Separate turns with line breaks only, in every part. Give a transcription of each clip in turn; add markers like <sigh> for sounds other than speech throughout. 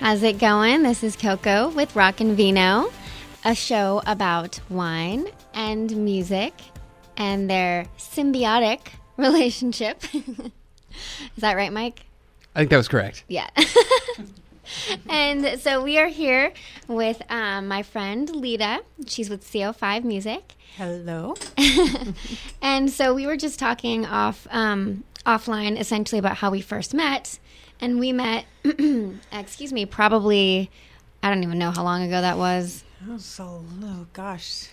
How's it going? This is Coco with Rock and Vino, a show about wine and music and their symbiotic <laughs> relationship. <laughs> is that right, Mike?
I think that was correct.
Yeah. <laughs> and so we are here with um, my friend Lita. She's with CO5 Music.
Hello.
And so we were just talking off um, offline, essentially about how we first met, and we met. <clears throat> excuse me, probably I don't even know how long ago that was.
Oh, so, oh gosh.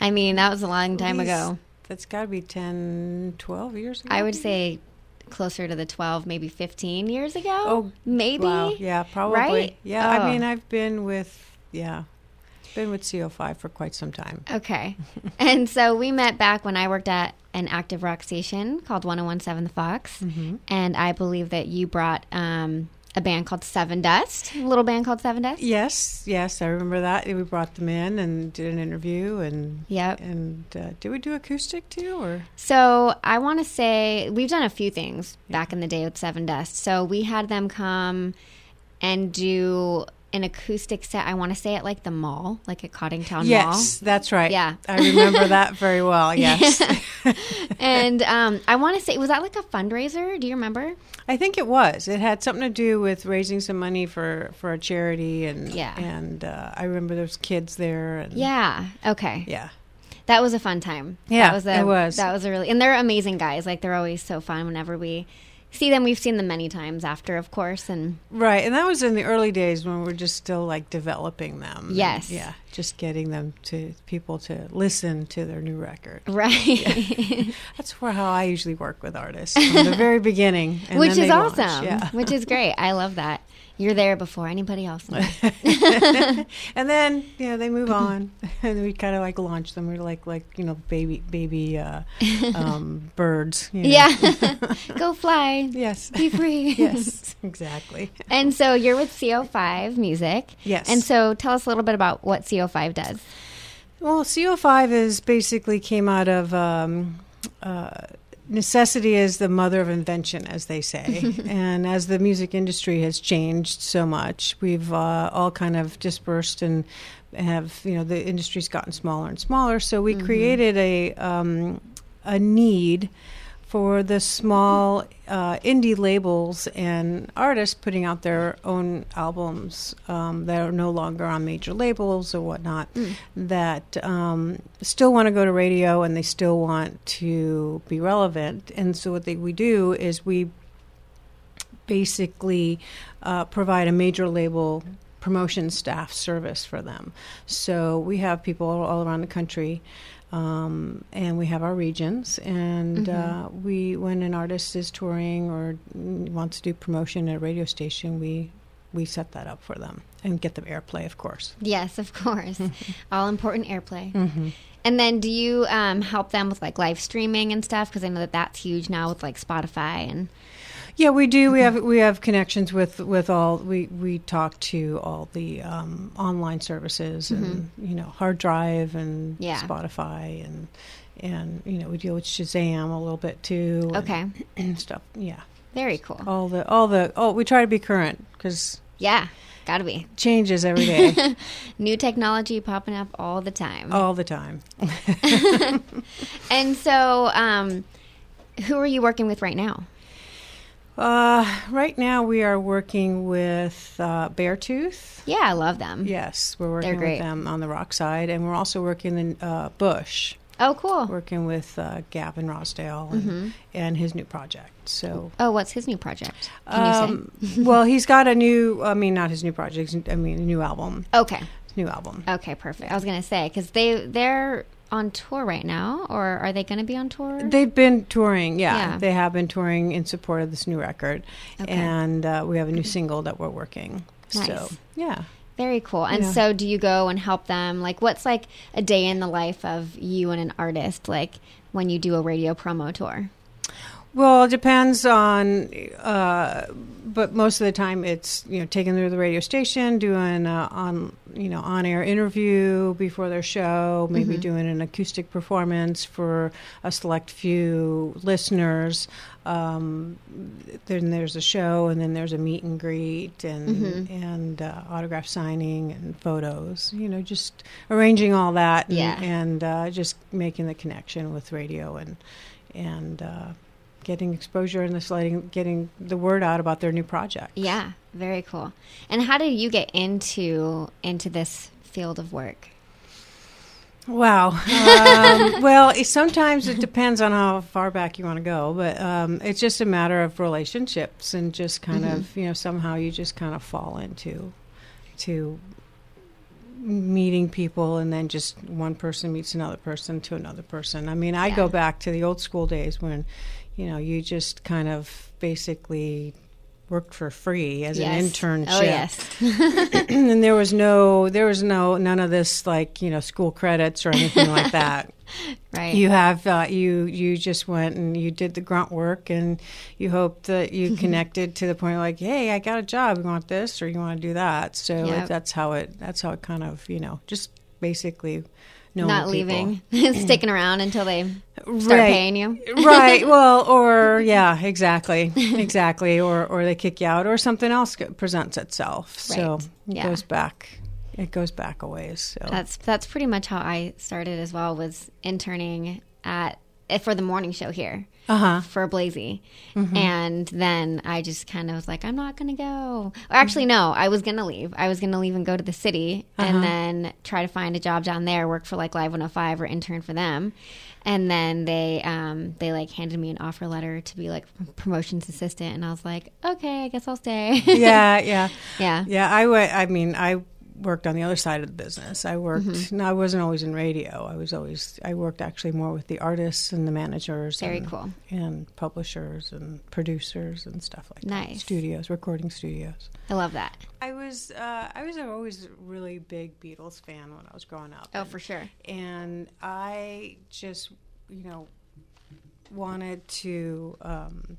I mean, that was a long time
At
ago.
least- That's got to be 10, 12 years ago.
I would say closer to the twelve, maybe fifteen years ago.
Oh,
maybe.
Wow. Yeah, probably.
Right?
Yeah,
Oh.
I mean, I've been with, yeah, been with CO5 for quite some time.
Okay. <laughs> and so we met back when I worked at an active rock station called 1017 The Fox. And I believe that you brought um, a band called Seven Dust, a little band called Seven Dust.
Yes, yes, I remember that. We brought them in and did an interview and
Yep.
and uh, did we do acoustic too or
So I want to say we've done a few things back in the day with Seven Dust. So we had them come and do an acoustic set. I want to say at like the mall, like at Cottingtown
Yes, that's right.
Yeah.
I remember that
<laughs>
very well. Yes.
Mall. And um, I want to say, was that like a fundraiser? Do you remember?
I think it was. It had something to do with raising some money for for a charity, and
Yeah.
and uh, I remember there was kids there, and
Yeah. Okay.
yeah,
That was a fun time.
Yeah,
that was a,
it was.
That was a really and they're amazing guys. Like they're always so fun whenever we see them. We've seen them many times after, of course, and <laughs>
right. And that was in the early days when we were just still like developing them. and,
Yes.
yeah, just getting them to people to listen to their new record.
right,
That's where how I usually work with artists from the
<laughs>
very beginning, and
which
then
is
they launch.
awesome.
Yeah,
<laughs> Which is great. I love that. You're there before anybody
<laughs>
else.
and then you know they move on, <laughs> and we kind of like launch them. We're like like you know baby
<laughs>
baby uh, um, birds. you know.
yeah,
<laughs>
go fly,
Yes.
be free.
<laughs> yes, exactly.
And so you're with CO5 Music.
Yes.
And so tell us a little bit about what CO5 does.
Well, CO5 is basically came out of um, uh, necessity is the mother of invention, as they say. and as the music industry has changed so much, we've uh, all kind of dispersed and have you know the industry's gotten smaller and smaller. So we created a um, a need. For the small uh, indie labels and artists putting out their own albums um, that are no longer on major labels or whatnot, that um, still want to go to radio and they still want to be relevant. And so, what they, we do is we basically uh, provide a major label promotion staff service for them. So we have people all around the country. Um, and we have our regions, and uh, we, when an artist is touring or mm, wants to do promotion at a radio station, we we set that up for them and get them airplay, of course.
Yes, of course. <laughs> All important airplay.
Mm-hmm.
And then do you um, help them with like live streaming and stuff? Because I know that that's huge now with like Spotify and
Yeah, we do. We
Mm-hmm.
have we have connections with with all. We we talk to all the um, online services and you know hard drive and
Mm-hmm. Yeah.
Spotify and and you know we deal with Shazam a little bit too. and-
okay,
and <clears throat> stuff. Yeah,
very cool.
all the all the oh we try to be current because
Yeah, gotta be
changes
<laughs>
every day
new technology popping up all the time.
all the time.
And so, um, who are you working with right now?
Uh, right now we are working with uh, Beartooth.
Yeah, I love them.
Yes, we're
Mm-hmm. They're
working
great.
with them on the rock side, and we're also working in uh, Bush.
Oh, cool. Mm-hmm.
working with uh, Gavin Rossdale and, and his new project. So,
Oh, what's his new project? Can you say?
um,
<laughs>
well, he's got a new, I mean, not his new project, his- I mean, a new album.
Okay,
His new album.
okay, perfect. I was gonna say because they they're on tour right now, or are they gonna be on tour?
They've been touring, yeah,
Yeah.
They have been touring in support of this new record.
Okay.
And uh, we have a new single that we're working. So,
Nice.
yeah.
Very cool. And
Yeah.
so, do you go and help them? Like, what's like a day in the life of you and an artist? Like when you do a radio promo tour.
Well, it depends on, uh, but most of the time it's you know taking them to the radio station, doing uh, on you know on air interview before their show, maybe doing an acoustic performance for a select few listeners, um, then there's a show, and then there's a meet and greet, and and uh, autograph signing, and photos. You know, just arranging all that, and,
Yeah.
and uh, just making the connection with radio, and and uh, getting exposure, and this letting getting the word out about their new project.
Yeah, very cool. And how did you get into into this field of work?
Wow.
<laughs>
Um, well, it, sometimes it depends on how far back you want to go, but um, it's just a matter of relationships and just kind
Mm-hmm.
of you know somehow you just kind of fall into to meeting people and then just one person meets another person to another person. I mean, I
Yeah.
go back to the old school days when you know you just kind of basically worked for free as an internship
Oh yes. <laughs>
<clears throat> and there was no there was no none of this like you know school credits or
<laughs>
anything like that
Right.
you have uh, you you just went and you did the grunt work and you hoped
<laughs>
that you connected to the point like hey i got a job you want this or you want to do that so
Yep.
that's how it that's how it kind of you know just basically knowing
Not
people.
leaving, <laughs> sticking around until they start
Right.
paying you. <laughs>
right well or yeah exactly exactly or or they kick you out or something else g- presents itself so
Right.
it
Yeah. Uh,
goes back it goes back a ways so
That's that's pretty much how I started as well. Was interning at eh, for the morning show here
uh-huh Mm-hmm.
for Blazy, and then I just kind of was like, I'm not gonna go. Or actually, no, I was gonna leave. I was gonna leave and go to the city, and
Uh-huh.
then try to find a job down there, work for like Live 105 or intern for them. And then they um, they like handed me an offer letter to be like promotions assistant, and I was like, okay, I guess I'll stay.
<laughs>
<laughs>
yeah, yeah,
yeah,
yeah. I wa- I mean, I worked on the other side of the business. I worked.
Mm-hmm.
No, I wasn't always in radio. I was always. I worked actually more with the artists and the managers.
very
and,
cool.
And publishers and producers and stuff like that.
Nice.
Studios, recording studios.
I love that.
I was. Uh, I was always a really big Beatles fan when I was growing up.
Oh, for sure.
and I just, you know, wanted to um,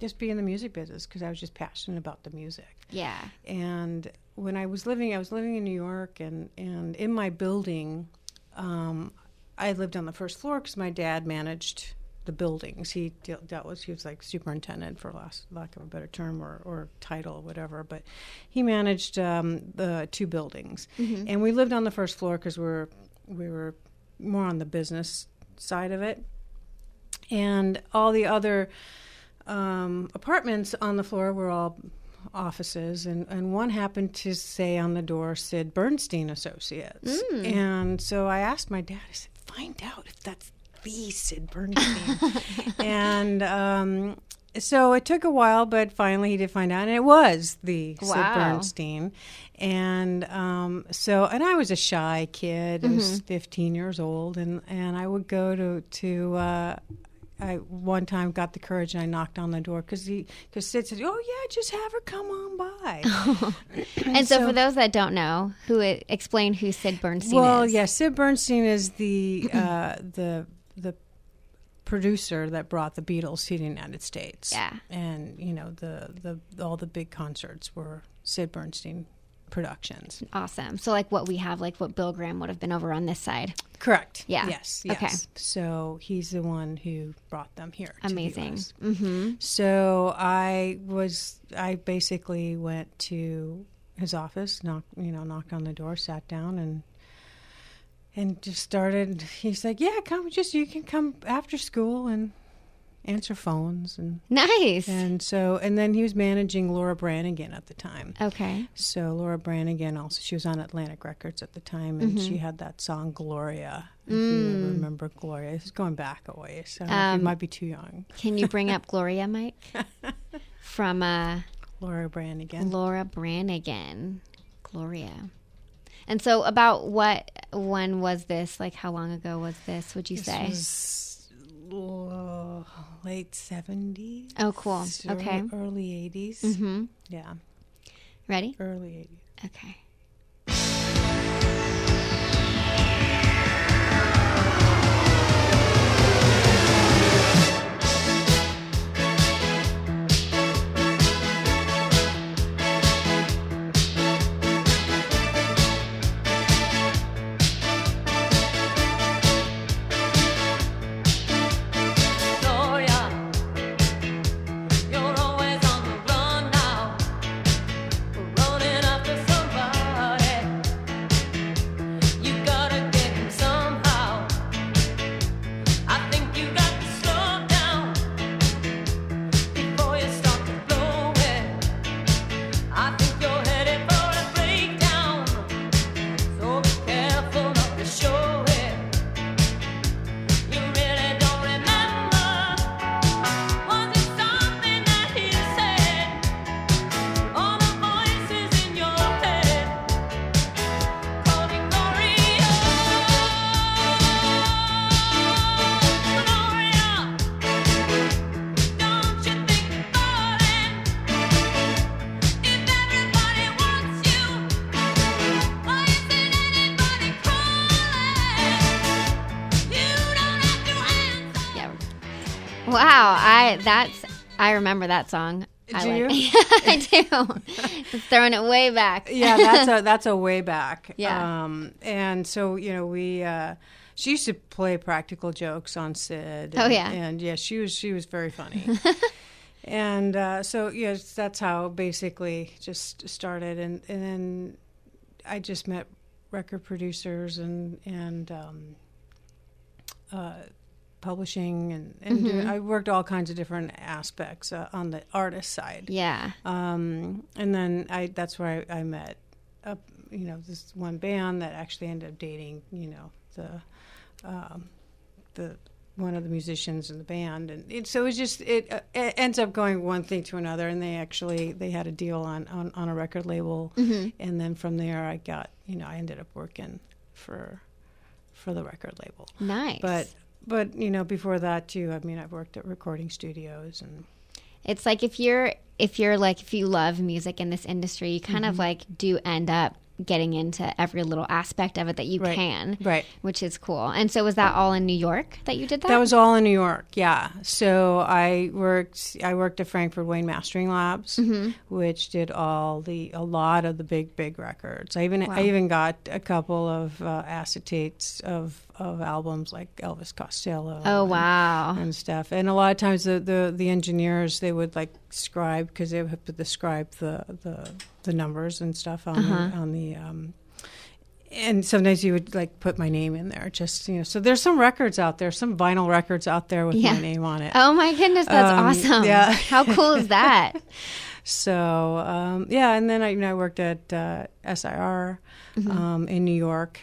just be in the music business because I was just passionate about the music. <clears throat>
Yeah.
and when I was living, I was living in New York, and and in my building, um, I lived on the first floor because my dad managed the buildings. He deal, dealt with he was like superintendent for last, lack of a better term or, or title, whatever. But he managed um, the two buildings, and we lived on the first floor because we're we were more on the business side of it, and all the other um, apartments on the floor were all offices, and, and one happened to say on the door Sid Bernstein Associates. And so I asked my dad, I said, find out if that's the Sid Bernstein. and um, so it took a while, but finally he did find out, and it was the Sid
Wow.
Bernstein. And um, so, and I was a shy kid, I was 15 years old, and, and I would go to, to uh, I one time got the courage and I knocked on the door because he because Sid said, "Oh yeah, just have her come
<laughs>
on by."
Oh, And so,
So-
for those that don't know, who explain who Sid Bernstein
well,
is?
yeah, Sid Bernstein
<clears throat>
is the uh, the the producer that brought the Beatles to the United States.
Yeah.
and you know the the all the big concerts were Sid Bernstein productions.
Awesome. So, like what we have, like what Bill Graham would have been over on this side.
Correct.
Yeah.
Yes. Yes.
Okay.
So he's the one who brought them here. to the
Amazing.
US.
Mm-hmm.
So I was I basically went to his office, knocked you know, knocked on the door, sat down and and just started he's like, Yeah, come just you can come after school and answer phones and
Nice.
and so and then he was managing Laura Branigan at the time.
Okay.
So Laura Branigan also she was on Atlantic Records at the time and she had that song Gloria. If you ever remember Gloria. This is going back a ways. I don't know if
Um,
you might be too young.
Can you bring up Gloria, Mike,
<laughs>
from uh,
Laura Branigan.
Laura Branigan? Gloria. And so, about what? When was this? Like, how long ago was this? Would you say?
This was l- late seventies.
Oh, cool. Okay. Mm-hmm.
Early 80s Yeah,
Ready?
early eighties.
Okay.
Gloria,
Wow, I that's I remember that song. I
Do
like-
you?
<laughs> I do. <laughs> Throwing it way back.
<laughs> yeah, that's a that's a way back.
Yeah.
Um, and so you know we. Uh, she used to play practical jokes on Sid. And,
Oh, yeah.
and yeah, she was she was
<laughs>
very funny. and uh, so yes, that's how basically just started, and and then I just met record producers and and um, uh, publishing, and, and
Mm-hmm.
doing- I worked all kinds of different aspects uh, on the artist side
<laughs> Yeah.
um, and then I that's where I, I met uh, you know this one band that actually ended up dating you know the um, the one of the musicians in the band and it, so it was just it, uh, it ends up going one thing to another and they actually they had a deal on on, on a record label and then from there I got you know I ended up working for for the record label
Nice.
but but you know before that too I mean I've worked at recording studios and
it's like if you're if you're like if you love music in this industry, you kind
Mm-hmm.
of like do end up getting into every little aspect of it that you
Right.
can.
right
Which is cool. And so was that all in New York that you did that?
That was all in New York, yeah. So I worked. I worked at Frankfurt Wayne Mastering Labs,
Mm-hmm.
which did all the a lot of the big big records. I even I even got a couple of uh, acetates of of albums like Elvis Costello.
Oh
<laughs> and-
wow.
and stuff. And a lot of times the the, the engineers they would like scribe because they would have to describe the the, the numbers and stuff on the, on the. Um, and sometimes you would like put my name in there, just you know. So there's some records out there, some vinyl records out there with
Yeah.
my name on it.
Oh my goodness, that's
Um,
awesome.
yeah.
How cool is that?
<laughs> So um, yeah, and then I, you know, I worked at uh, SIR
Mm-hmm.
um, in New York,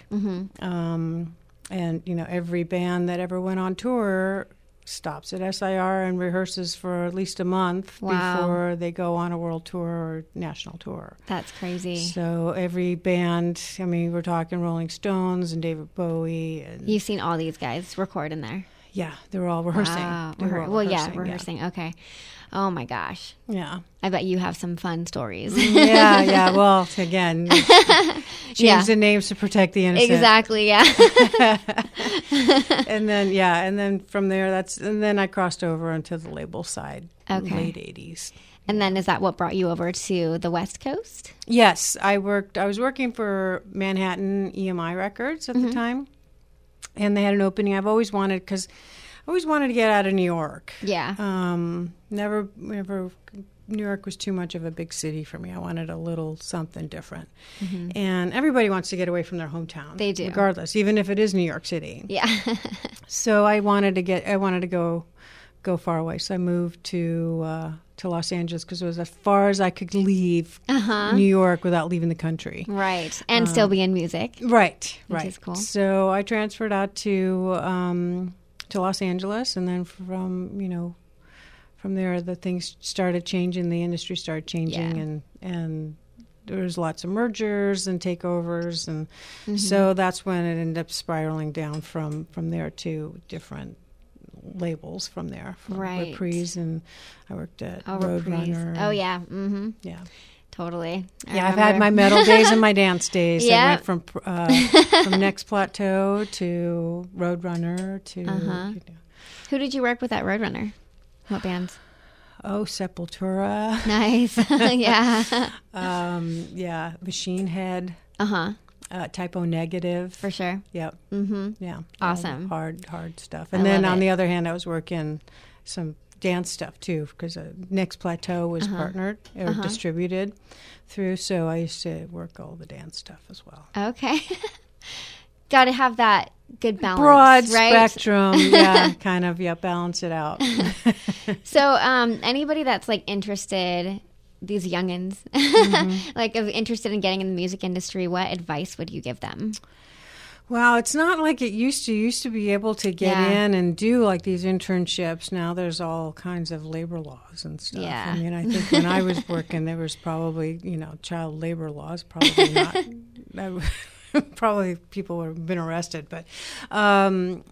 um, and you know every band that ever went on tour stops at SIR and rehearses for at least a month
Wow.
before they go on a world tour or national tour.
That's crazy.
So every band, I mean, we're talking Rolling Stones and David Bowie, and
You've seen all these guys record in there.
yeah, they were all rehearsing.
Wow.
They were
Rehear-
all
Ah, well, yeah,
yeah.
rehearsing. Okay. Oh my gosh.
yeah.
I bet you have some fun
<laughs>
stories.
yeah, yeah. Well,
<laughs>
again, change
Yeah.
the names to protect the innocent.
exactly. Yeah. <laughs>
And then yeah, and then from there, that's and then I crossed over onto the label side, in
Okay.
late eighties.
and then is that what brought you over to the West Coast?
Yes, I worked. I was working for Manhattan EMI Records at
Mm-hmm.
the time, and they had an opening. I've always wanted because I always wanted to get out of New York.
Yeah.
Um, never, never. New York was too much of a big city for me. I wanted a little something different. And everybody wants to get away from their hometown.
Mm-hmm. They do.
regardless, even if it is New York City.
yeah. <laughs>
So I wanted to get, I wanted to go, go far away. So I moved to uh, to Los Angeles because it was as far as I could leave
Uh-huh.
New York without leaving the country.
right. And still
Um,
be in music.
Right, right.
is cool.
So I transferred out to um, to Los Angeles, and then from you know, from there the things started changing. The industry started changing,
Yeah.
and and there was lots of mergers and takeovers, and
Mm-hmm.
so that's when it ended up spiraling down from from there to different labels from there. From
Right.
Reprise, and I worked at
Oh, reprise.
Roadrunner.
Oh yeah. Mm-hmm.
yeah.
Totally. I
Yeah, I've had my
remember.
metal days and
<laughs>
my dance days.
Yeah.
I went from uh,
<laughs>
from Next Plateau to Roadrunner to
Uh-huh.
you know,
Who did you work with at Roadrunner? What
<laughs>
bands?
oh Sepultura, <laughs>
Nice. <laughs> yeah.
um, yeah, Machine Head,
Uh huh.
uh, Typo Negative.
For sure.
Yep,
Mm-hmm.
yeah,
Awesome.
All hard hard stuff.
I
And then
love
on
it.
the other hand, I was working some dance stuff too because uh, Next Plateau was partnered or
Uh-huh.
distributed through, so I used to work all the dance stuff as well.
Okay. <laughs> Got to have that good balance,
Broad
right? <laughs>
spectrum, yeah, kind of, yeah, balance it out.
So, um, anybody that's like interested, these youngins, <laughs> like of interested in getting in the music industry, what advice would you give them?
Wow, it's not like it used to. You used to be able to get
Yeah.
in and do like these internships. Now there's all kinds of labor laws and stuff.
Yeah.
I mean, I think when I was working, there was probably you know child labor laws.
<laughs>
Probably not. I- <laughs> probably people would have been arrested, but um,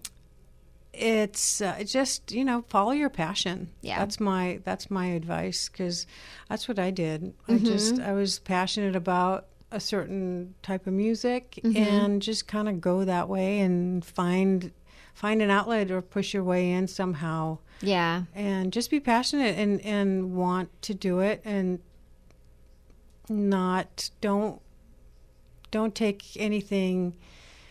it's uh, just you know follow your passion.
Yeah.
that's my that's my advice because that's what I did. I just I was passionate about a certain type of music and just kind of go that way and find find an outlet or push your way in somehow
Yeah.
and just be passionate and and want to do it and not don't don't take anything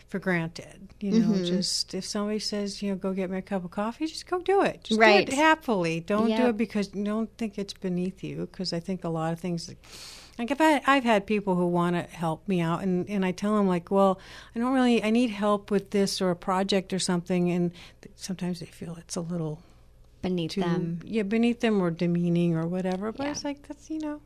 for granted you know
Mm-hmm.
just if somebody says you know go get me a cup of coffee just go do it just
Right.
do it happily don't do
Yep.
it because don't think it's beneath you because i think a lot of things like if I, I've had people who want to help me out, and, and I tell them like, well, I don't really, I need help with this or a project or something, and th- sometimes they feel it's a little
Beneath
to
them.
yeah beneath them or demeaning or whatever but it's like that's you know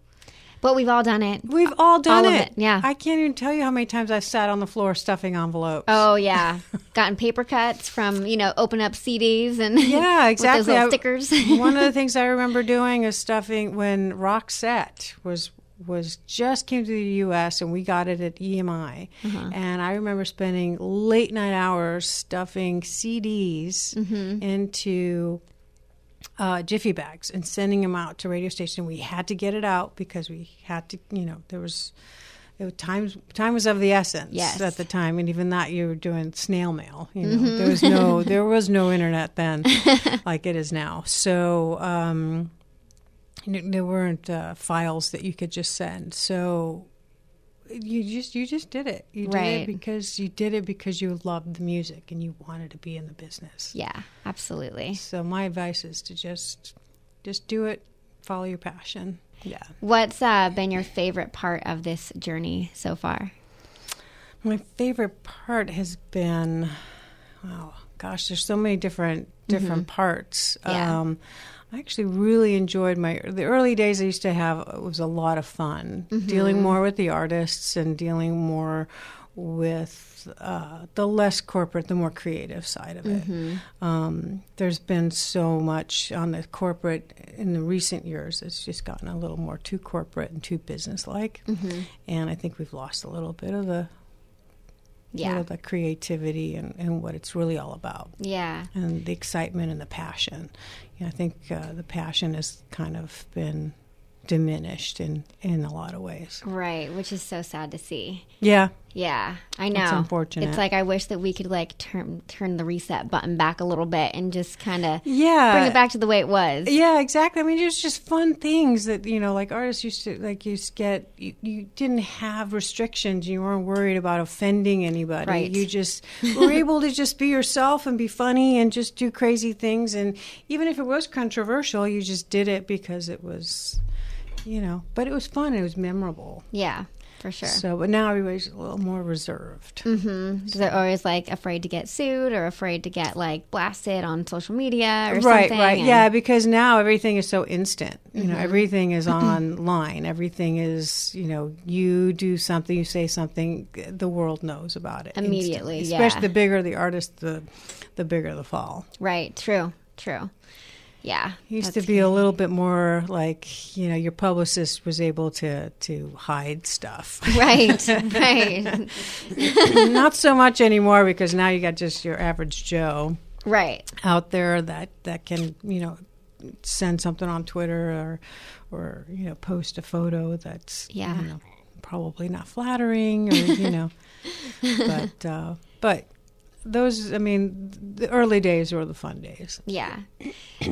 But we've all done it.
we've all done
of
it.
it, yeah.
i can't even tell you how many times i've sat on the floor stuffing envelopes
Oh yeah, <laughs> gotten paper cuts from you know open up CDs and <laughs> with
yeah
those
exactly
little
I-
stickers. <laughs>
one of the things i remember doing is stuffing when roxette was was just came to the us and we got it at emi
Uh-huh.
and i remember spending late night hours stuffing cds
Mm-hmm.
into uh, jiffy bags and sending them out to radio station. We had to get it out because we had to, you know, there was, it was times time was of the essence
Yes. Mm-hmm.
at the time, and even that you were doing snail mail. You know, there
<laughs>
was no there was no internet then, like it is now. So. Um, you know, there weren't uh, files that you could just send, so you just you just did it. You did
Right.
it because you did it because you loved the music and you wanted to be in the business.
yeah, absolutely.
So my advice is to just just do it, follow your passion. Yeah.
What's uh, been your favorite part of this journey so far?
My favorite part has been wow, gosh, there's so many different different parts.
Yeah.
Um I actually really enjoyed my the early days I used to have it was a lot of fun dealing more with the artists and dealing more with uh, the less corporate, the more creative side of it. Um, there's been so much on the corporate in the recent years. It's just gotten a little more too corporate and too businesslike, and I think we've lost a little bit of the
Yeah,
sort of the creativity and, and what it's really all about
yeah,
and the excitement and the passion. You know, I think uh, the passion has kind of been diminished in, in a lot of ways.
right. Which is so sad to see.
Yeah,
Yeah, I know.
unfortunate.
It's like I wish that we could like turn turn the reset button back a little bit and just kind of
yeah.
bring it back to the way it was.
Yeah, exactly. I mean, there's just fun things that you know, like artists used to like you used to get. You, you didn't have restrictions. You weren't worried about offending anybody.
Right. <laughs>
You just were able to just be yourself and be funny and just do crazy things. And even if it was controversial, you just did it because it was, you know. But it was fun. It was memorable.
Yeah, for sure.
So, but now everybody's a little more reserved.
Because they're always like afraid to get sued or afraid to get like blasted on social media or
right
something.
right
and- Mm-hmm.
yeah because now everything is so instant you know everything
<clears throat>
is online everything is you know you do something you say something the world knows about it instantly.
Immediately,
especially
yeah.
the bigger the artist the the bigger the fall
Right. True. True. Yeah.
it used
That's-
to be a little bit more like you know your publicist was able to to hide
<laughs>
stuff
<laughs> Right. Right.
not so much anymore because now you got just your average joe
right.
out there that that can you know send something on Twitter or or you know post a photo that's you
Yeah.
know, probably not flattering or you know but uh, but those I mean the early days were the fun days.
Yeah.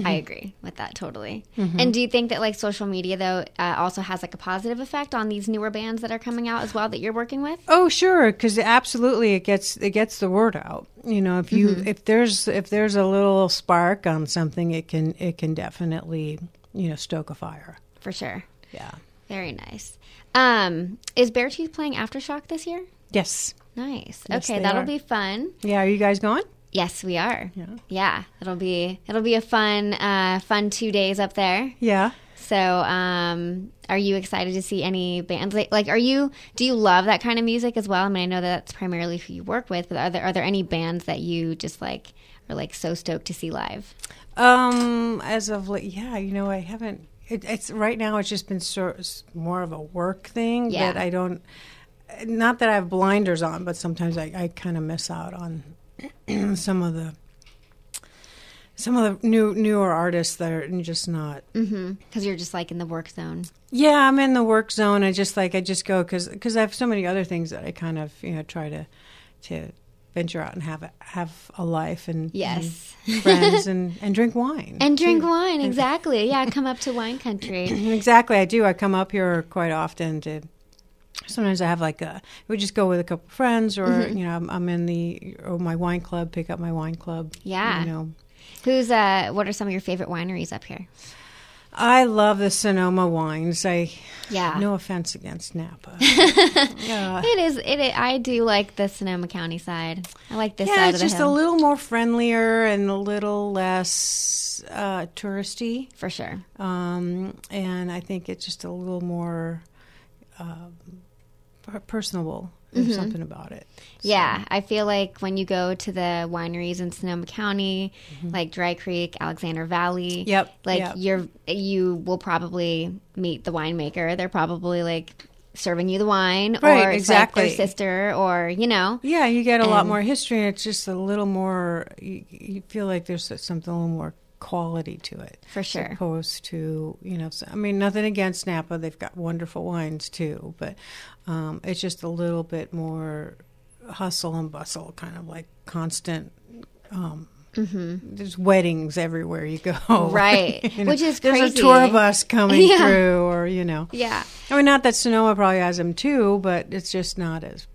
I agree with that totally.
Mm-hmm.
And do you think that like social media though uh, also has like a positive effect on these newer bands that are coming out as well that you're working with?
Oh sure, because absolutely it gets it gets the word out. You know if you if there's if there's a little spark on something it can it can definitely you know stoke a fire.
For sure.
Yeah.
Very nice. Um, is Bear Tooth playing Aftershock this year?
Yes.
Nice.
Yes,
okay,
they
that'll
are.
be fun.
Yeah. Are you guys going?
Yes, we are.
Yeah.
Yeah, it'll be it'll be a fun uh, fun two days up there.
Yeah.
So, um, are you excited to see any bands? Like, like, are you? Do you love that kind of music as well? I mean, I know that that's primarily who you work with, but are there are there any bands that you just like are like so stoked to see live?
Um, as of late, yeah, you know, I haven't. It, it's right now. It's just been sort s more of a work thing
Yeah.
that I don't. Not that I have blinders on, but sometimes I, I kind of miss out on <clears throat> some of the some of the new newer artists that are just not
Because you're just like in the work zone.
yeah, I'm in the work zone. I just like I just go because I have so many other things that I kind of you know try to to venture out and have a, have a life and
Yes. <laughs>
and friends and, and drink wine.
And drink wine, exactly. Yeah, come up
<laughs>
to wine country.
exactly, I do. I come up here quite often to. Sometimes I have like a. We just go with a couple friends, or
Mm-hmm.
you know, I'm, I'm in the or my wine club. Pick up my wine club.
Yeah.
you know,
Who's uh what are some of your favorite wineries up here?
I love the Sonoma wines. I
Yeah.
no uh, offense against
<laughs>
Napa. yeah.
It is. It, it. I do like the Sonoma County side. I like this
Yeah,
side
it's
of the
just a
hill
little more friendlier and a little less uh, touristy,
for sure.
um, and I think it's just a little more um, per- personable. There's
Mm-hmm.
something about it.
Yeah, I feel like when you go to the wineries in Sonoma County, like Dry Creek, Alexander Valley,
Mm-hmm. Yep,
like
yep.
you're you will probably meet the winemaker. They're probably like serving you the wine,
Right,
or it's like their
exactly.
sister, or you know,
Yeah, you get a lot
And-
more history, and it's just a little more. You, you feel like there's something a little more quality to it,
For sure.
As opposed to you know, so- I mean, nothing against Napa; they've got wonderful wines too, but um, it's just a little bit more hustle and bustle, kind of like constant. Um, There's weddings everywhere you go,
Mm-hmm.
<laughs>
Right.
You know,
Which is
there's
crazy.
a tour bus coming
Yeah.
through, or you know,
yeah,
I mean, not that Sonoma probably has them too, but it's just not as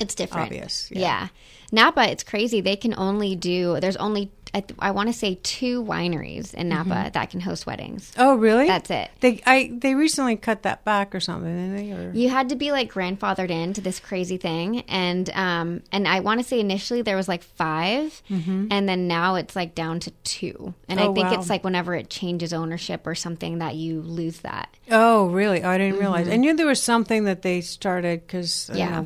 it's different.
Obvious,
Yeah.
yeah.
Napa, it's crazy. They can only do. There's only I, th- I want to say two wineries in Napa
Mm-hmm.
that can host weddings.
Oh, really?
That's it.
They I they recently cut that back or something, didn't they? Or
You had to be like grandfathered into this crazy thing, and um, and I want to say initially there was like 5 and then now it's like down to two. And I
Mm-hmm. Oh,
think
wow.
it's like whenever it changes ownership or something that you lose that.
oh, really? Oh, I didn't realize. I knew there was something that they started because
Mm-hmm. Yeah.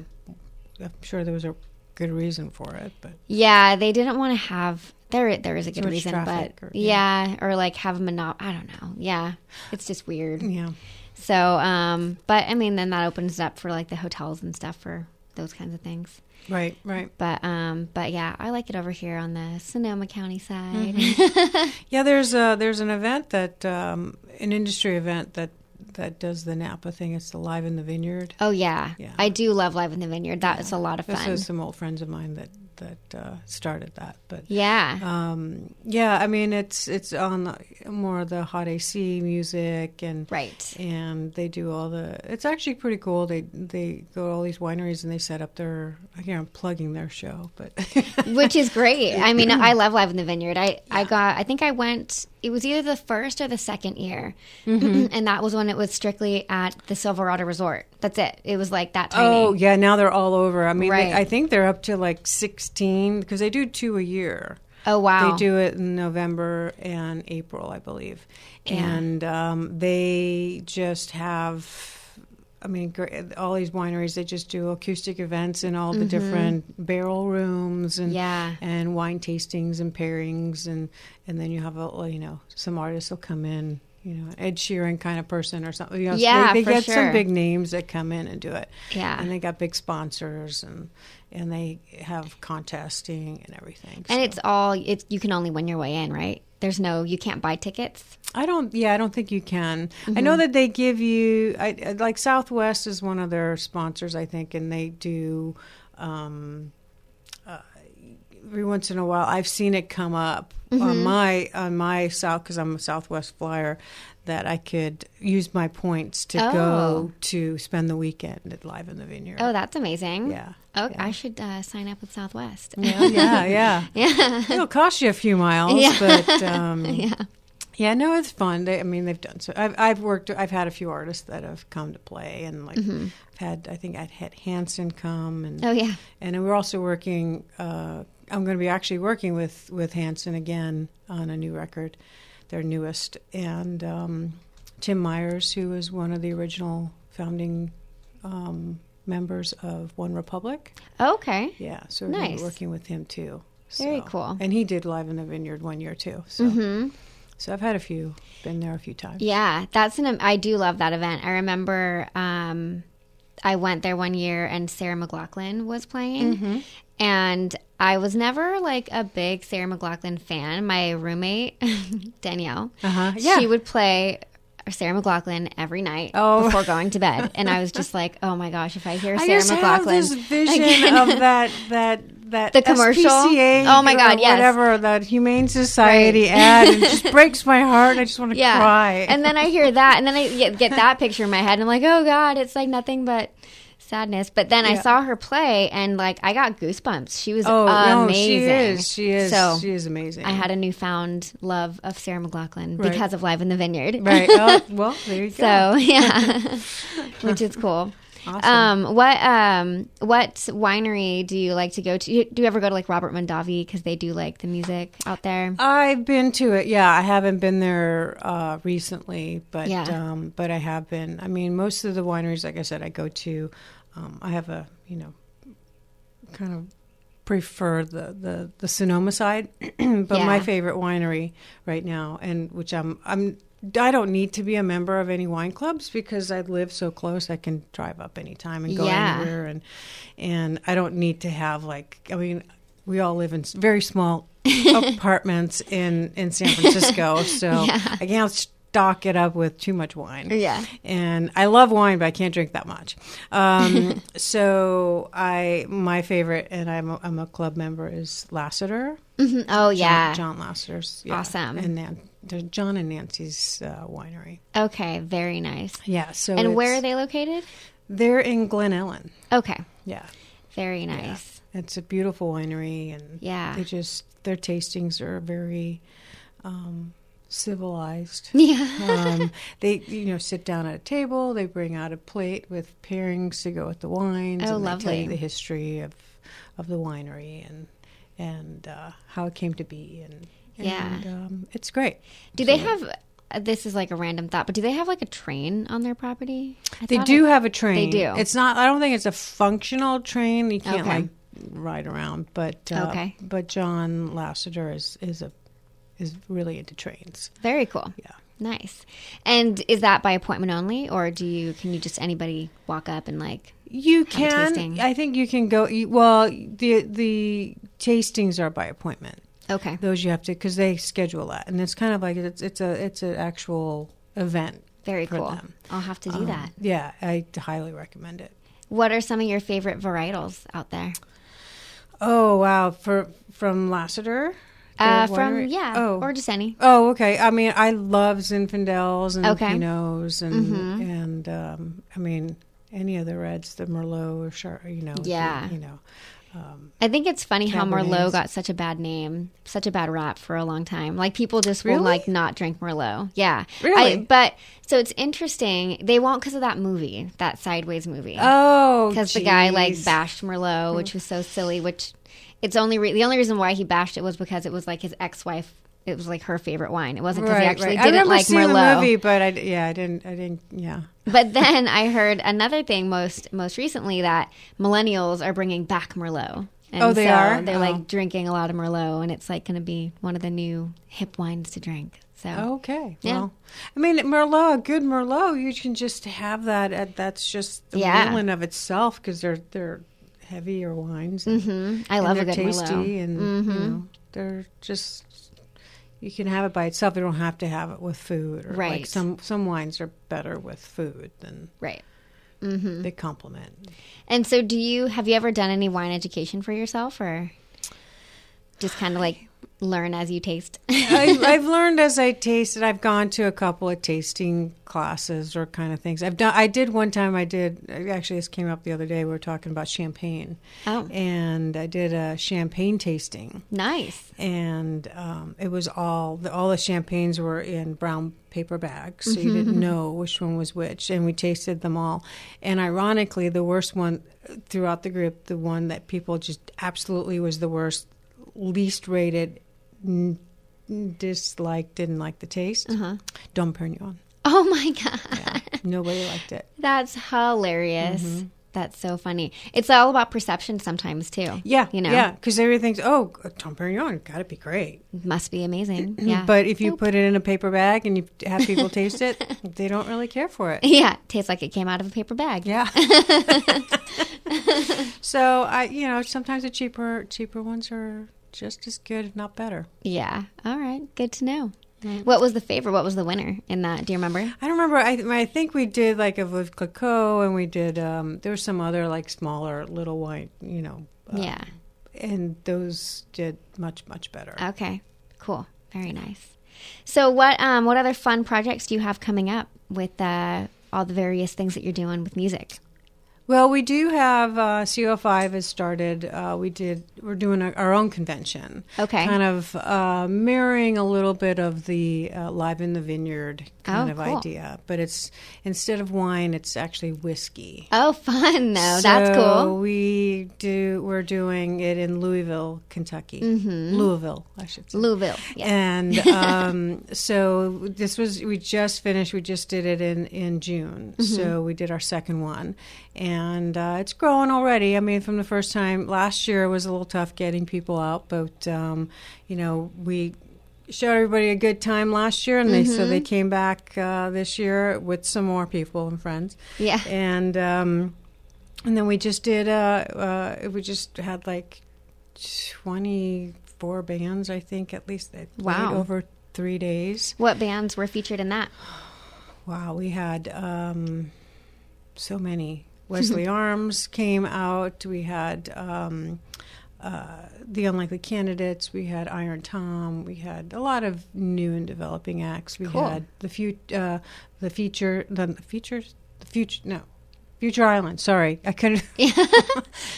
I'm sure there was a good reason for it, but
Yeah, they didn't want to have there. There is a good
much
reason, but
traffic or-
yeah. or like have a monop. I don't know. Yeah, it's just weird.
yeah.
So, um, but I mean, then that opens it up for like the hotels and stuff for those kinds of things.
Right, right.
But um, but yeah, I like it over here on the Sonoma County side.
Mm-hmm. Yeah, there's a there's an event that um, an industry event that that does the Napa thing. It's the Live in the Vineyard.
Oh yeah.
Yeah.
I do love Live in the Vineyard. That is a lot of
This
fun.
is some old friends of mine that that uh, started that, but
yeah.
um, yeah, I mean it's it's on the, more of the hot AC music and
right.
and they do all the it's actually pretty cool they they go to all these wineries and they set up their here i'm plugging their show but <laughs>
Which is great. I mean, I love Live in the Vineyard. I, I got I think I went it was either the first or the second year.
Mm-hmm.
<clears throat> and that was when it was strictly at the Silverado Resort. That's it. It was like that tiny.
oh yeah now they're all over i mean
Right.
they, i think they're up to like 16 because they do two a year
Oh, wow.
they do it in november and april i believe and um, they just have I mean, gr- all these wineries, they just do acoustic events in all the different barrel rooms and
Mm-hmm. Yeah.
and wine tastings and pairings and and then you have a well, you know some artists will come in you know Ed Sheeran kind of person or something you know,
Yeah,
they, they
for
get
sure.
some big names that come in and do it
Yeah.
and they got big sponsors and and they have contesting and everything
And
So-
it's all it's you can only win your way in, right? There's no you can't buy tickets.
I don't yeah I don't think you can I know that they give you I, I- like Southwest is one of their sponsors I think and they do um, every once in a while I've seen it come up on my on my south because I'm a Southwest flyer that I could use my points to
Oh.
go to spend the weekend at Live in the Vineyard.
Oh, that's amazing.
Yeah. Mm.
Oh, I should uh, sign up with Southwest.
Yeah, yeah, yeah. It'll cost you a few miles,
Yeah.
but um, yeah, yeah. No, it's fun. They, I mean, they've done so. I've, I've worked. I've had a few artists that have come to play, and like I've had. I think I'd had Hanson come,
<laughs>
and
Oh yeah.
and we're also working. Uh, I'm going to be actually working with with Hanson again on a new record, their newest, and um, Tim Myers, who was one of the original founding um, members of One Republic.
Okay.
Yeah, so we're gonna be
Nice.
working with him too.
Very
So-
cool. Mm-hmm.
And he did live in the vineyard one year too. So, so I've had a few, been there a few times.
Yeah, that's an. I do love that event. I remember um, I went there one year and Sarah McLaughlin was playing,
Mm-hmm.
and I was never like a big Sarah McLaughlin fan. My roommate <laughs> Danielle,
Uh-huh, yeah.
she would play. Sarah McLaughlin every night
Oh.
before going to
<laughs>
bed, and I was just like, "Oh my gosh, if I hear
I
Sarah
just have
McLaughlin
this vision of that that that
The commercial?
SPCA
Oh my
or
God, yes.
whatever that Humane Society
Right. <laughs>
ad and it just breaks my heart. and I just want to
yeah.
cry.
And then I hear that, and then I get,
<laughs>
get that picture in my head, and I'm like, oh God, it's like nothing but sadness. But then I
Yeah.
saw her play, and like I got goosebumps. She was
oh no, she
amazing.
is, she is,
So
she is amazing.
I had a newfound love of Sarah McLaughlin
Right.
because of Live in the Vineyard.
right.
<laughs>
Oh, well, there you go.
So
<laughs>
yeah, which is cool.
Awesome.
Um, what um, what winery do you like to go to? You- Do you ever go to like Robert Mondavi because they do like the music out there?
I've been to it. Yeah, I haven't been there uh, recently, but
Yeah.
um, but I have been. I mean, most of the wineries, like I said, I go to. Um, I have a you know, kind of prefer the the, the Sonoma side, <clears throat> but my
Yeah.
favorite winery right now, and which I'm I'm. I don't need to be a member of any wine clubs because I live so close. I can drive up anytime and go
Yeah.
anywhere, and and I don't need to have like. I mean, we all live in s-
<laughs>
very small apartments in in San
<laughs>
Francisco, so I can't stock it up with too much wine.
Yeah.
and I love wine, but I can't drink that much.
<laughs>
Um, so I my favorite, and I'm a, I'm a club member is Lassiter.
Mhm. Oh
Um, John-
yeah.
John Lassiter's yeah,
Awesome.
and Nan- the John and Nancy's uh, winery.
Okay, very nice.
Yeah, so
And where are
it's-
they located?
They're in Glen Ellen.
Okay,
Yeah.
very nice.
It's a beautiful winery, and
Yeah.
they just their tastings are very um,
<laughs>
civilized.
<laughs> Yeah.
um, they you know sit down at a table. They bring out a plate with pairings to go with the wines.
Oh,
and they Tell
lovely.
you the history of of the winery and and uh, how it came to be, and,
Yeah.
and, um, it's great.
Do they have? uh, This is like a random thought, but do they have like a train on their property? I
They
thought
do
it-
have a train.
do.
It's not. I don't think it's a functional train. You can't
Okay.
like ride around. But uh,
Okay.
But John Lasseter is is a is really into trains.
Very cool.
Yeah.
Nice. And is that by appointment only, or do you can you just anybody walk up and like?
You
a
can.
tasting.
I think you can go. You, well, the the tastings are by appointment.
Okay.
Those you have to because they schedule that, and it's kind of like it's it's a it's an actual event.
Very
for
cool.
them. Um,
I'll have to do that.
Yeah, I highly recommend it.
What are some of your favorite varietals out there?
Oh wow! For from Lassiter.
Uh,
the
from
winery?
yeah,
Oh.
or just any.
Oh, okay. I mean, I love Zinfandels and
Okay. Mm-hmm.
Pinots and and um, I mean any of the reds, the Merlot or Char, you know, the-
Yeah.
you know,
I think it's funny how
Cabernets.
Merlot got such a bad name, such a bad rap for a long time. Like people just
Really?
will like not drink Merlot. Yeah,
Really?
but so it's interesting. They won't because of that movie, that Sideways movie,
oh,
because the guy
jeez.
like bashed Merlot, which was so silly. Which it's only re- the only reason why he bashed it was because it was like his ex wife. It was like her favorite wine. It wasn't because he actually didn't
I remember
like
seeing
Merlot.
the movie, but I yeah, I didn't, I didn't, yeah.
But then I heard another thing most most recently that millennials are bringing back Merlot. And
Oh, they
so
are?
They're
Oh.
like drinking a lot of Merlot, and it's like going to be one of the new hip wines to drink. So
Okay,
Yeah.
well, I mean, Merlot, a good Merlot, you can just have that. At, that's just the
Yeah.
meal in of itself because they're they're heavier wines. and-
Mhm. I love a
and
good
they're tasty
Merlot. Mm-hmm.
and you know, they're just you can have it by itself. You don't have to have it with food. Or Like
Right.
some some wines are better with food than
Right. Mm-hmm.
they complement.
And so, do you have you ever done any wine education for yourself, or just kind of like learn as you taste? <laughs>
I, I've <laughs> learned as I tasted. I've gone to a couple of tasting classes or kind of things. I've done. I did one time. I did actually. This came up the other day. We were talking about champagne,
oh,
and I did a champagne tasting.
nice.
and um, it was all the, all the champagnes were in brown paper bags, so you
Mm-hmm.
didn't know which one was which. And we tasted them all, and ironically, the worst one throughout the group, the one that people just absolutely was the worst, least rated, n- disliked, didn't like the taste. Uh-huh. Dom
<laughs>
Perignon,
Oh my god.
nobody liked it.
That's hilarious.
Mm-hmm.
That's so funny. It's all about perception sometimes too.
Yeah,
you know,
yeah, because everything's oh, Dom Perignon, got to be great.
must be amazing. Yeah,
Mm-hmm. But if you put it in a paper bag and you have
<laughs>
people taste it, they don't really care for it.
Yeah, tastes like it came out of a paper bag.
Yeah. <laughs> so I, you know, sometimes the cheaper cheaper ones are just as good, if not better.
Yeah. All right. Good to know. What was the favorite? What was the winner in that? Do you remember?
I don't remember. I, I think we did like a Veuve Clicquot, and we did. Um, there were some other like smaller little wine, you know, uh,
yeah.
and those did much much better.
Okay. Cool. Very nice. So what um, what other fun projects do you have coming up with uh, all the various things that you're doing with music?
Well, we do have uh, CO5 has started. Uh, we did we're doing our, our own convention,
Okay.
kind of uh, mirroring a little bit of the uh, live in the vineyard kind
Oh,
of
cool.
idea, but it's instead of wine, it's actually whiskey.
Oh, fun though. That's
So
cool.
We do we're doing it in Louisville, Kentucky.
Mm-hmm.
Louisville, I should say.
Louisville. Yes.
And um, so this was we just finished. We just did it in in June. So we did our second one, and uh, it's growing already. I mean, from the first time last year, it was a little tough getting people out, but um, you know we. Showed everybody a good time last year, and they so they came back uh, this year with some more people and friends
yeah.
and um, and then we just did uh, uh, we just had like twenty four bands I think at least that played
Wow.
over three days.
What bands were featured in that?
Wow, we had um, so many. <laughs> Wesley Arms came out. We had um, uh, the Unlikely Candidates. We had Iron Tom. We had a lot of new and developing acts. We
Cool.
had the fut- uh, the future, the features, the future. No, Future Island. Sorry, I couldn't. <laughs>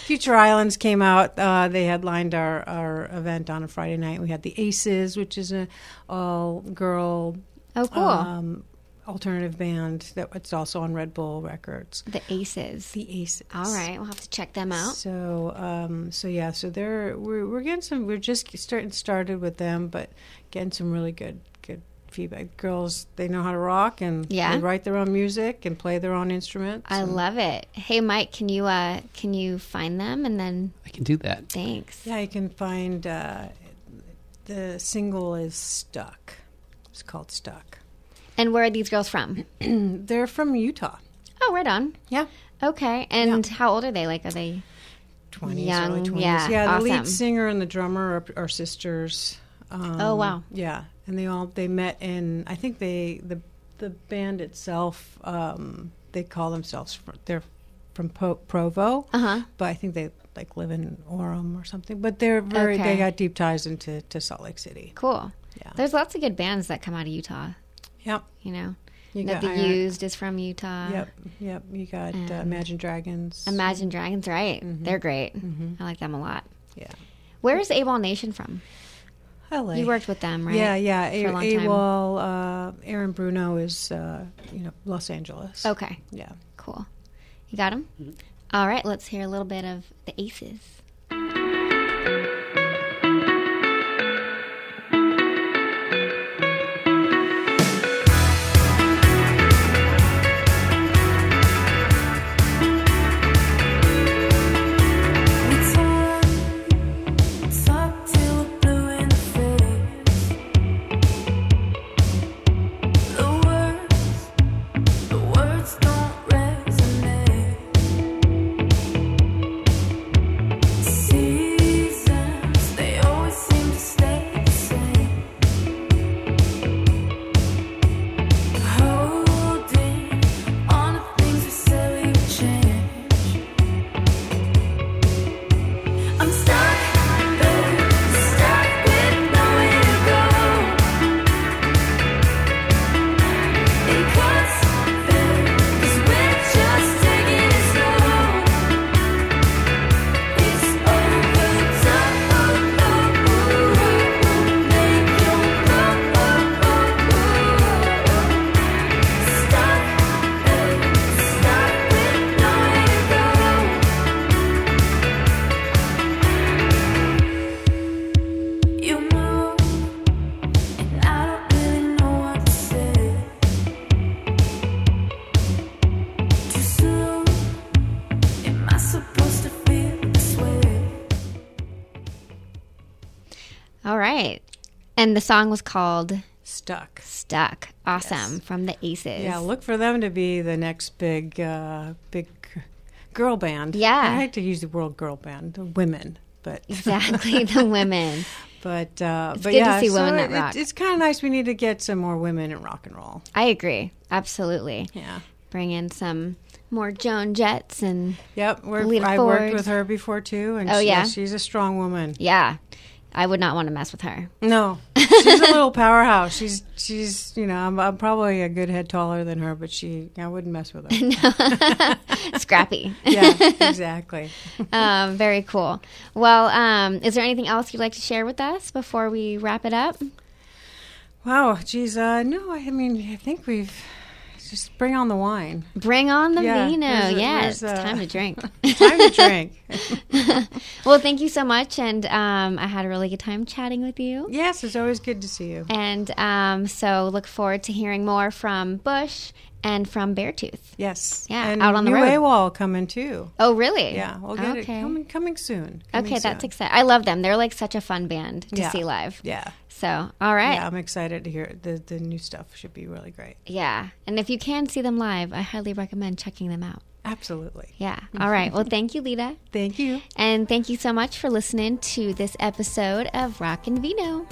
Future Islands came out. Uh, they had lined our, our event on a Friday night. We had the Aces, which is a all girl
Oh, cool.
um, alternative band that it's also on Red Bull Records.
the Aces.
The Aces.
All right, we'll have to check them out.
So, um, so yeah, so they're we're, we're getting some. We're just starting started with them, but getting some really good good feedback. Girls, they know how to rock and
Yeah.
they write their own music and play their own instruments.
I love it. Hey, Mike, can you uh, can you find them and then
I can do that.
thanks.
yeah, you can find uh, the single is Stuck. It's called Stuck.
And where are these girls from?
They're from Utah.
Oh, right on.
Yeah.
Okay. And how old are they? Like, are they?
20s,
Young,
early 20s.
yeah,
Yeah, the
awesome.
lead singer and the drummer are, are sisters. Um,
Oh, wow.
Yeah, and they all they met in I think they the the band itself um, they call themselves fr- they're from po- Provo,
Uh huh.
but I think they like live in Orem or something. But they're very
Okay.
they got deep ties into to Salt Lake City.
Cool.
Yeah.
There's lots of good bands that come out of Utah.
Yep,
You know,
you
that
got
the um,
Iron-
used is from Utah.
Yep, yep, you got uh,
and-
Imagine Dragons.
Imagine Dragons, right?
Mm-hmm.
They're great. I like them a lot.
yeah,
Where is AWOL Nation from?
I like.
You worked with them, right?
Yeah, yeah.
For a long time.
AWOL, uh, Aaron Bruno is, uh, you know, Los Angeles.
Okay,
Yeah.
cool. You got them?
Mm-hmm.
All right, let's hear a little bit of the Aces.
We talk, talk till blue in the face. The words, the words don't resonate. Seasons, they always seem to stay the same. Holding on to things we said we would change. I'm stuck, babe, stuck with nowhere to go. It cuts, babe, 'cause we're just taking it slow. It's over top, oh make your oh, love, Stuck, babe, stuck with nowhere to go. You move, and I don't really know what to say. Too soon, am I supposed to feel this way?
All right. And the song was called
Stuck.
Stuck. Awesome. From the Aces.
Yeah, look for them to be the next big, uh, big g- girl band.
Yeah.
I hate to use the word girl band, the women. But
exactly. The women.
but uh, but
good to
yeah,
see
so
women that
it-
rock.
it's kind of nice. We need to get some more women in rock and roll.
I agree. Absolutely.
Yeah,
Bring in some more Joan Jets and
Yep, we're,
Lean
I
forward.
worked with her before too, and
Oh,
she-
yeah?
she's a strong woman.
yeah, I would not want to mess with her. <laughs>
No, she's a little powerhouse. She's she's you know I'm, I'm probably a good head taller than her, but she I wouldn't mess with
<laughs>
her.
Scrappy.
yeah, exactly.
um, very cool. Well, um, is there anything else you'd like to share with us before we wrap it up?
Wow, geez, uh, no, I mean I think we've just bring on the wine.
Bring on the
Yeah,
vino.
where's the-
yeah,
where's
it's
the-
time to <laughs> drink.
Time to
<laughs>
drink.
well, thank you so much, and um, I had a really good time chatting with you.
yes, it's always good to see you.
And um, so, look forward to hearing more from Bush and from Beartooth.
Yes,
Yeah,
and
out on the
new
road.
AWOL coming too.
Oh, really?
Yeah, we'll get
okay.
it coming coming soon. Coming
Okay, that's
soon.
exciting. I love them. They're like such a fun band to
Yeah.
see live.
yeah.
So, all right.
Yeah, I'm excited to hear it. the the new stuff. Should be really great.
yeah. And if you can see them live, I highly recommend checking them out.
Absolutely.
Yeah. All right. Well, thank you, Lita.
Thank you.
And thank you so much for listening to this episode of Rock and Vino.